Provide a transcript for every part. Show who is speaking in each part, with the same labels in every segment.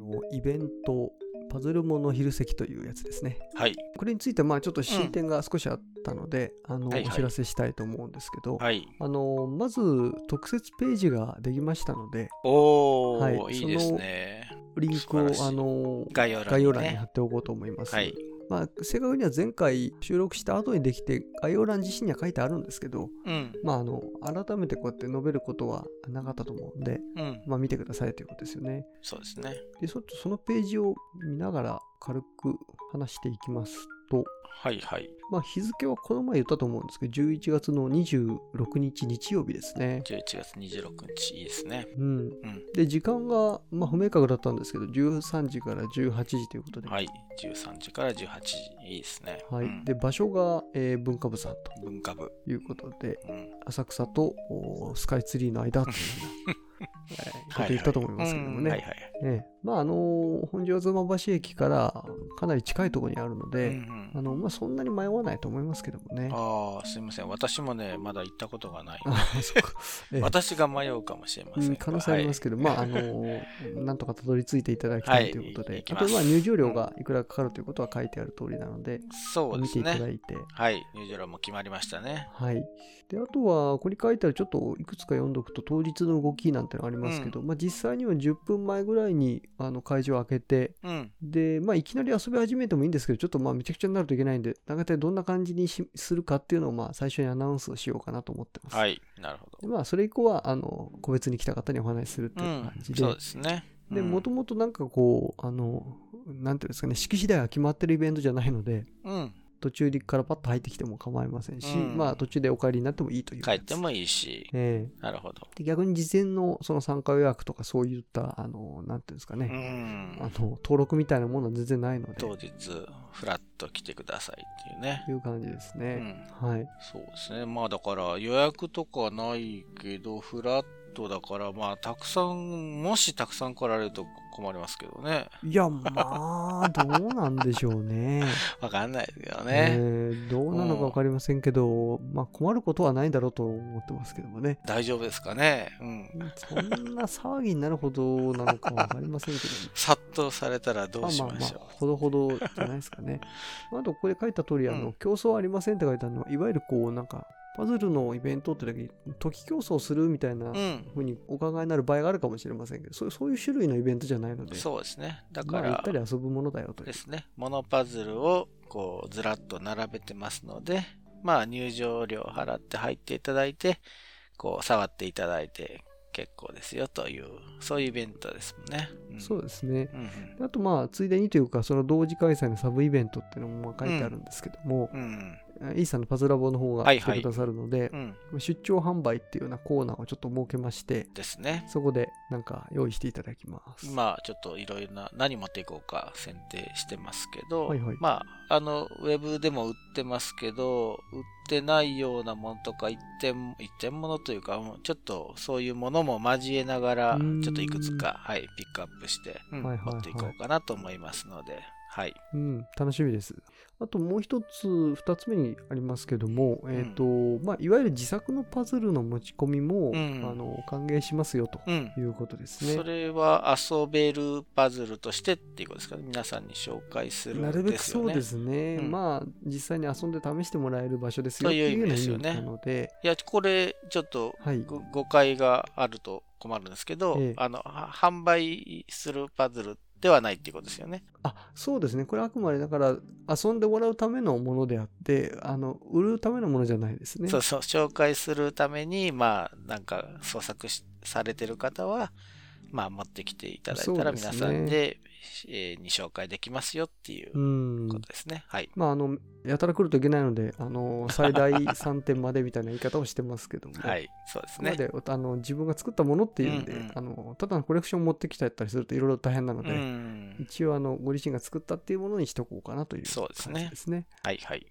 Speaker 1: のイベントパズルモの昼席というやつですね。
Speaker 2: はい。
Speaker 1: これについてまあちょっと進展が少しあったので、あの
Speaker 2: はいはい
Speaker 1: お知らせしたいと思うんですけど、
Speaker 2: はい。
Speaker 1: あのまず特設ページができましたので
Speaker 2: おー、、
Speaker 1: はいい
Speaker 2: いですね。
Speaker 1: リンク
Speaker 2: 素
Speaker 1: を
Speaker 2: 晴らしい
Speaker 1: あの
Speaker 2: 概要欄に、ね。
Speaker 1: 概要欄に貼っておこうと思います。
Speaker 2: はい。
Speaker 1: まあ、正確には前回収録した後にできて概要欄自身には書いてあるんですけど、
Speaker 2: うん。
Speaker 1: まあ、あの改めてこうやって述べることはなかったと思うんで、
Speaker 2: うん。
Speaker 1: まあ、見てくださいということですよね。
Speaker 2: そうですね。
Speaker 1: でそそのページを見ながら軽く話していきますと、
Speaker 2: はいはい。
Speaker 1: まあ、日付はこの前言ったと思うんですけど11月の26日日曜日ですね。
Speaker 2: 11月26日、いいですね。
Speaker 1: うん
Speaker 2: ん、
Speaker 1: で時間が、まあ、不明確だったんですけど13時から18時ということで,、
Speaker 2: はい。13時から18時、いいですね。
Speaker 1: はい
Speaker 2: うん
Speaker 1: で場所が、えー文化部さん
Speaker 2: 文化部。
Speaker 1: ということで
Speaker 2: うん。
Speaker 1: 浅草とおースカイツリーの 間というふうなえーこと言ったと思いますけどもね、
Speaker 2: はいはい。
Speaker 1: ええまああのー本庄妻橋駅からかなり近いところにあるの
Speaker 2: うんう
Speaker 1: で、
Speaker 2: ん
Speaker 1: あのまあ、そんなに迷わないと思いますけどもね。
Speaker 2: ああ、すいません。私もね、まだ行ったことがない。
Speaker 1: あ そっ かええ
Speaker 2: 私が迷うかもしれません
Speaker 1: う
Speaker 2: が。
Speaker 1: ん可能性ありますけど、
Speaker 2: はい
Speaker 1: まあ、あのーなんとかたどり着いていただきた
Speaker 2: は
Speaker 1: い
Speaker 2: い
Speaker 1: ということで、
Speaker 2: いいき
Speaker 1: あ
Speaker 2: ます
Speaker 1: とは入場料がいくらかかるということは書いてある通りなので、
Speaker 2: そうで
Speaker 1: 見
Speaker 2: す
Speaker 1: ていただ
Speaker 2: ね。
Speaker 1: いて、
Speaker 2: はい。入場料も決まりましたね。
Speaker 1: はい。で、あとは、ここに書いてある、ちょっといくつか読んどくと、当日の動きなんてのありますけど、まあ、実際には10分前ぐらいにあの会場を開けて、
Speaker 2: うん。
Speaker 1: で、まあ、いきなり遊び始めてもいいんですけど、ちょっとまあ、めちゃくちゃになるといけないんで、大体どんな感じにしするかっていうのを、まあ、最初にアナウンスをしようかなと思ってます。
Speaker 2: はい。なるほ
Speaker 1: で
Speaker 2: ど。
Speaker 1: まあ、それ以降は、あの、個別に来た方にお話しするって
Speaker 2: う
Speaker 1: いう感
Speaker 2: ん
Speaker 1: じ。で、
Speaker 2: そうですね。
Speaker 1: で、
Speaker 2: うん
Speaker 1: もともとなんかこう、あの、なんていうんですかね、式次第が決まってるイベントじゃないので、
Speaker 2: うん。
Speaker 1: 途中からパッと入ってきても構いませんし、
Speaker 2: うん
Speaker 1: まあ途中でお帰りになってもいいという
Speaker 2: 帰
Speaker 1: やつ。
Speaker 2: ってもいいし。
Speaker 1: ええ
Speaker 2: なるほど。
Speaker 1: で逆に事前のその参加予約とかそういった、あの、なんていうんですか
Speaker 2: う
Speaker 1: ね、あ
Speaker 2: ん
Speaker 1: の。、登録みたいなものは全然ないので、
Speaker 2: 当日、フラッと来てくださいっていうね
Speaker 1: と。いう感じです
Speaker 2: う
Speaker 1: ね。
Speaker 2: ん。
Speaker 1: はい。
Speaker 2: そうですね。まあだから予約とかないけど、フラットだから、まあたくさん、もしたくさん来られると困りますけどね。
Speaker 1: いや、まあ、どうなんでしょうね。
Speaker 2: わかんないですよ
Speaker 1: え
Speaker 2: ね。
Speaker 1: えどうなのかわかりませんけど、まあ困ることはないだろうと思ってますけどもね。
Speaker 2: 大丈夫ですかね。うん。
Speaker 1: そんな騒ぎになるほどなのかわかりませんけど、
Speaker 2: 殺到されたら ど
Speaker 1: ま
Speaker 2: う
Speaker 1: あ
Speaker 2: し
Speaker 1: まあ
Speaker 2: ま
Speaker 1: まあ
Speaker 2: しょう。、
Speaker 1: ほどほどじゃないですか ね。あと、ここで書いた通り、あ
Speaker 2: う
Speaker 1: の
Speaker 2: ん、
Speaker 1: 競争はありませんって書いてあるのは、いわゆるこう、なんか、パズルのイベントってだけに、時競争するみたいな
Speaker 2: うん。
Speaker 1: ふうにお考えになる場合があるかもしれませんけど、そうそういう種類のイベントじゃないので、
Speaker 2: そうですね。だ
Speaker 1: ま
Speaker 2: か
Speaker 1: あ、ゆっ
Speaker 2: ら
Speaker 1: たり遊ぶものだよという
Speaker 2: で。すね、モノパズルをこうずらっと並べてますので、まあ入場料払って入っていただいて、こう触っていただいて結構ですよという、そういうイベントですもんね。ん
Speaker 1: そうですね。
Speaker 2: うん
Speaker 1: であと、まあ、ついでにというか、その同時開催のサブイベントっていうのもまあ書いてあるんですけども、
Speaker 2: うん。うん。
Speaker 1: イーサのパズラボの方が
Speaker 2: はい
Speaker 1: 来
Speaker 2: はい
Speaker 1: てくださるので、
Speaker 2: うん。
Speaker 1: 出張販売っていうようなコーナーをちょっと設けまして、
Speaker 2: ですね。
Speaker 1: そこでなんか用意していただきます。
Speaker 2: 今ちょっといろいろな何持っていこうか選定してますけど、
Speaker 1: はいはい
Speaker 2: まああのウェブでも売ってますけど売ってないようなものとか一点一点ものというかうんちょっとそういうものも交えながら
Speaker 1: うーん
Speaker 2: ちょっといくつか、はい、ピックアップして、うん
Speaker 1: はいはいはい
Speaker 2: 持っていこうかなと思いますのではい
Speaker 1: うん、楽しみです。あともう一つ、二つ目にありますけども、えっ、と、まあ、いわゆる自作のパズルの持ち込みも、
Speaker 2: うん
Speaker 1: あの、歓迎しますよと
Speaker 2: うん
Speaker 1: いうことですね。
Speaker 2: それは遊べるパズルとしてっていうことですかね皆さんに紹介するん
Speaker 1: なるべく
Speaker 2: ですよ
Speaker 1: そう
Speaker 2: ね
Speaker 1: ですね。
Speaker 2: うん
Speaker 1: まあ、実際に遊んで試してもらえる場所ですよ
Speaker 2: と
Speaker 1: と
Speaker 2: いう
Speaker 1: い
Speaker 2: 意
Speaker 1: う
Speaker 2: 味
Speaker 1: ような意味
Speaker 2: ですよね
Speaker 1: なので、
Speaker 2: いやこれちょっと
Speaker 1: はい。
Speaker 2: ご誤解があると困るんですけど、
Speaker 1: ええ
Speaker 2: あのは販売するパズルではないっていうことですよね。
Speaker 1: あ、そうですね。これあくまでだから、遊んでもらうためのものであって、あの、売るためのものじゃないですね。
Speaker 2: そうそう紹介するためにまあなんか創作しされてる方はまあ持ってきていただいた
Speaker 1: そ
Speaker 2: ら
Speaker 1: うです
Speaker 2: 皆
Speaker 1: ね
Speaker 2: さんで、えーに紹介できますよっていうううんこと。ですね。はい。
Speaker 1: まあ、あの、やたら来るといけないので、あの、最大3点までみたいな言い方をしてますけども、
Speaker 2: はい、そうです
Speaker 1: ここま
Speaker 2: ね。
Speaker 1: であの自分が作ったものっていうんで、
Speaker 2: うんうん
Speaker 1: あのただのコレクションを持ってきたりするといろいろ大変なの
Speaker 2: う
Speaker 1: で、
Speaker 2: ん。
Speaker 1: 一応あのご自身が作ったっていうものにしとこうかなという
Speaker 2: そうですね
Speaker 1: 感じですね。
Speaker 2: はいはい。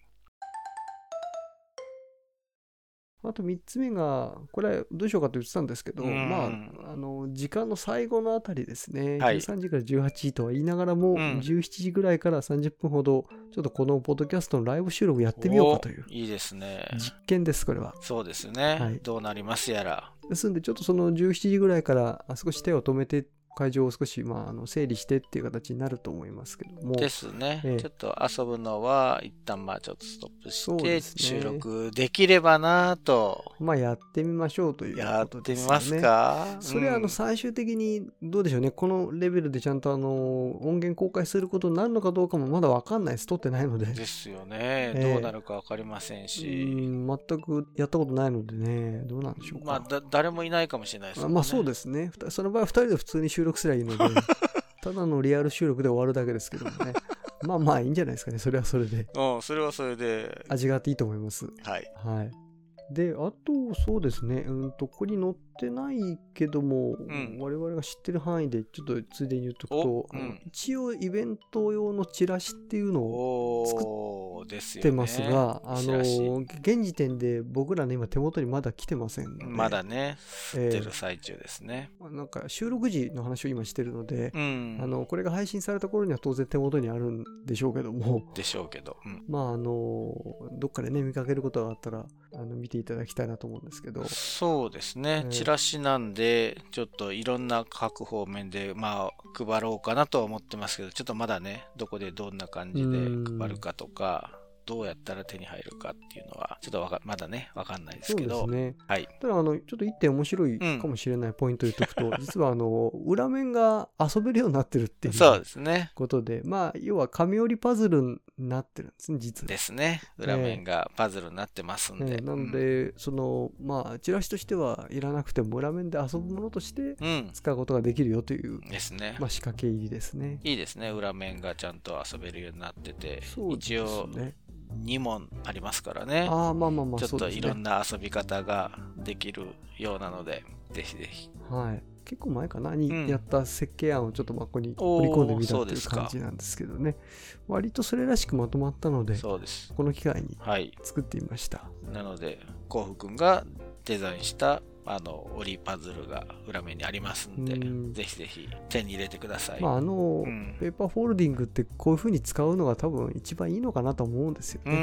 Speaker 1: あと3つ目が、これはどうしようかと言ってたんですけど、
Speaker 2: うん
Speaker 1: まあ、あの、時間の最後のあたりですね、
Speaker 2: はい
Speaker 1: 13時から18時とは言いながらも、
Speaker 2: うん
Speaker 1: 17時ぐらいから30分ほど、ちょっとこのポッドキャストのライブ収録やってみようかという
Speaker 2: おいいですね。
Speaker 1: 実験です、これは。
Speaker 2: そうですね、
Speaker 1: はい
Speaker 2: どうなりますやら。
Speaker 1: ですんで、ちょっとその17時ぐらいからあ少し手を止めて、会場を少し、まあ、あの整理してっていう形になると思いますけども、
Speaker 2: ですね、
Speaker 1: ええ
Speaker 2: ちょっと遊ぶのは一旦まあちょっとストップ
Speaker 1: そう
Speaker 2: して、
Speaker 1: ですね
Speaker 2: 収録できればなと
Speaker 1: まあ、やってみましょうというこ
Speaker 2: やっ
Speaker 1: と
Speaker 2: て
Speaker 1: で
Speaker 2: み
Speaker 1: すよね。
Speaker 2: ますか
Speaker 1: それはあの最終的にどうでしょうね、このレベルでちゃんとあの音源公開することになるのかどうかもまだ分かんないです、撮ってないので、
Speaker 2: うんですよね、
Speaker 1: ええ
Speaker 2: どうなるか分かりません
Speaker 1: う
Speaker 2: し、
Speaker 1: ん全くやったことないのでね、どうなんでしょうか。
Speaker 2: まあだ誰もいないかもしれないです
Speaker 1: ま
Speaker 2: も
Speaker 1: あ
Speaker 2: んね
Speaker 1: まあそうですね、ふたその場合は2人で普通に収録すればいいので、 ただのリアル収録で終わるだけですけどもね、まあまあいいんじゃないですかね、それはそれで。
Speaker 2: うんそれはそれで
Speaker 1: 味があっていいと思います。
Speaker 2: はい
Speaker 1: はい。で、あと、そうですね、うんと、ここに載ってないけども、
Speaker 2: ん
Speaker 1: 我々が知ってる範囲で、ちょっとついでに言っとくと
Speaker 2: お、うん
Speaker 1: あの一応、イベント用のチラシっていうのを
Speaker 2: おーで
Speaker 1: 売
Speaker 2: す
Speaker 1: っ
Speaker 2: よね
Speaker 1: てますが、あ
Speaker 2: チラシ
Speaker 1: の、現時点で僕らの今、手元にまだ来てませんので、
Speaker 2: まだね吸
Speaker 1: ええ
Speaker 2: ってる最中ですね、
Speaker 1: まあなんか、収録時の話を今してるので、
Speaker 2: うん
Speaker 1: あのこれが配信された頃には当然手元にあるんでしょうけども、
Speaker 2: でしょうけど、うん
Speaker 1: まああのどっかでね見かけることがあったらあの見ていただきたいなと思うんですけど、
Speaker 2: そうですね、
Speaker 1: ええ
Speaker 2: チラシなんで、ちょっといろんな各方面で、まあ、配ろうかなとは思ってますけど、ちょっとまだね、どこでどんな感じ
Speaker 1: うん
Speaker 2: で配るかとか、どうやったら手に入るかっていうのは、ちょっとわかまだね、わかんないです
Speaker 1: そう
Speaker 2: け
Speaker 1: です
Speaker 2: ど、
Speaker 1: ね。
Speaker 2: はい
Speaker 1: ただあのちょっと一点面白いかもしれないポイントを言っとくと、 実はあの裏面が遊べるようになってるってい
Speaker 2: そう
Speaker 1: う
Speaker 2: ですね、
Speaker 1: ことで、まあ要は紙折りパズルになってるんですね実は。
Speaker 2: ですね、裏面がパズルになってますんで。
Speaker 1: ええなので、そのまあチラシとしてはいらなくても裏面で遊ぶものとして
Speaker 2: うん、うん
Speaker 1: 使うことができるよという、
Speaker 2: ですね。
Speaker 1: まあ、仕掛け入りですね。
Speaker 2: いいですね、裏面がちゃんと遊べるようになってて、
Speaker 1: そうです
Speaker 2: 一応
Speaker 1: ね。
Speaker 2: 2問ありますからね。
Speaker 1: ああ、まあまあまあ、
Speaker 2: ちょ
Speaker 1: そう
Speaker 2: っと
Speaker 1: で
Speaker 2: い
Speaker 1: す
Speaker 2: ろ
Speaker 1: ね
Speaker 2: ん。な遊び方ができるようなので、ぜひぜひ。
Speaker 1: はい。結構前かな
Speaker 2: うん
Speaker 1: にやった設計案をちょっとまあここに
Speaker 2: おー
Speaker 1: 織り込んでみた
Speaker 2: そ
Speaker 1: っ
Speaker 2: う
Speaker 1: て
Speaker 2: で
Speaker 1: いう
Speaker 2: すか
Speaker 1: 感じなんですけどね。割とそれらしくまとまったので、
Speaker 2: そうです。
Speaker 1: この機会に
Speaker 2: はい。
Speaker 1: 作ってみました。
Speaker 2: なので、幸福くんがデザインした、あの、折りパズルが裏面にありますんで、
Speaker 1: うん
Speaker 2: ぜひぜひ手に入れてください。
Speaker 1: まああの
Speaker 2: う、ん。
Speaker 1: ペーパーフォールディングってこういう風に使うのが多分一番いいのかなと思うんですよ
Speaker 2: う
Speaker 1: ね。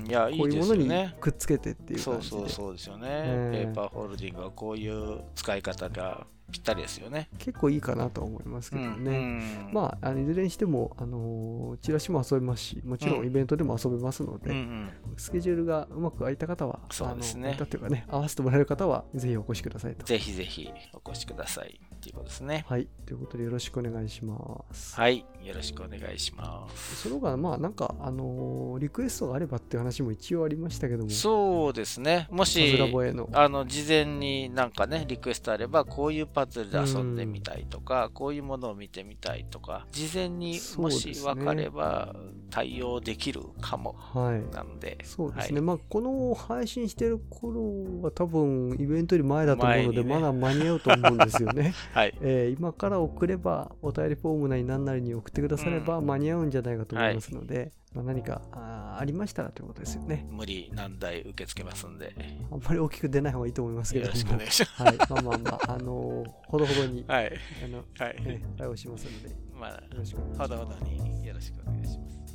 Speaker 2: ん。いや、い
Speaker 1: こい
Speaker 2: いう
Speaker 1: う
Speaker 2: で
Speaker 1: も
Speaker 2: す
Speaker 1: の
Speaker 2: よ
Speaker 1: に
Speaker 2: ね。
Speaker 1: くっつけてっていう
Speaker 2: そ
Speaker 1: 感
Speaker 2: う
Speaker 1: じ
Speaker 2: そう
Speaker 1: で。
Speaker 2: そうですよね。
Speaker 1: ええ
Speaker 2: ペーパーホールディングはこういう使い方がぴったりですよね。
Speaker 1: 結構いいかなとは思いますけど
Speaker 2: うん。
Speaker 1: ね。
Speaker 2: うん
Speaker 1: まあ、あのいずれにしても、あのーチラシも遊べますし、もちろ
Speaker 2: うんん
Speaker 1: イベントでも遊べますので、
Speaker 2: うんうん。
Speaker 1: スケジュールがうまく空いた方は、
Speaker 2: そうですね
Speaker 1: あの空いたというかね、合わせてもらえる方は、ぜひお越しくださいと。
Speaker 2: ぜひぜひお越しください。っていうことですね。
Speaker 1: はい、ということでよろしくお願いします。
Speaker 2: はい。よろしくお願いします。
Speaker 1: その他、まあ、なんか、あのーリクエストがあればっていう話も一応ありましたけども、
Speaker 2: そうですね。も
Speaker 1: パズ
Speaker 2: し
Speaker 1: ラ、ボエの。
Speaker 2: あの、事前になんかね、リクエストあれば、こういうパズルで遊んでみたいとか、こういうものを見てみたいとか、事前に
Speaker 1: そ
Speaker 2: も
Speaker 1: うで
Speaker 2: し
Speaker 1: すね
Speaker 2: 分かれば対応できるかも。
Speaker 1: はい。
Speaker 2: なんで、
Speaker 1: そうですね、
Speaker 2: はい
Speaker 1: まあこの配信してる頃は多分イベントより前だと思うので、
Speaker 2: 前にね
Speaker 1: まだ間に合うと思うんですよ ね、
Speaker 2: はい。
Speaker 1: えー今から送ればお便りフォームなり何なりに送ってくだされば間に合うんじゃないかと思いますので、まあ、何かあーありましたらということですよね
Speaker 2: 無理難題受け付けますんで、
Speaker 1: あんまり大きく出ない方がいいと思いますけ
Speaker 2: よ
Speaker 1: れ
Speaker 2: ろ
Speaker 1: ど
Speaker 2: しく
Speaker 1: も
Speaker 2: お願 いしま
Speaker 1: はい、まあまあまあ、あのーほどほどに、
Speaker 2: す。はい。
Speaker 1: あの、
Speaker 2: はい。
Speaker 1: えー対応しますので、よ
Speaker 2: まあ、
Speaker 1: ろしくお願いします。
Speaker 2: ほどほどによろしくお願いします。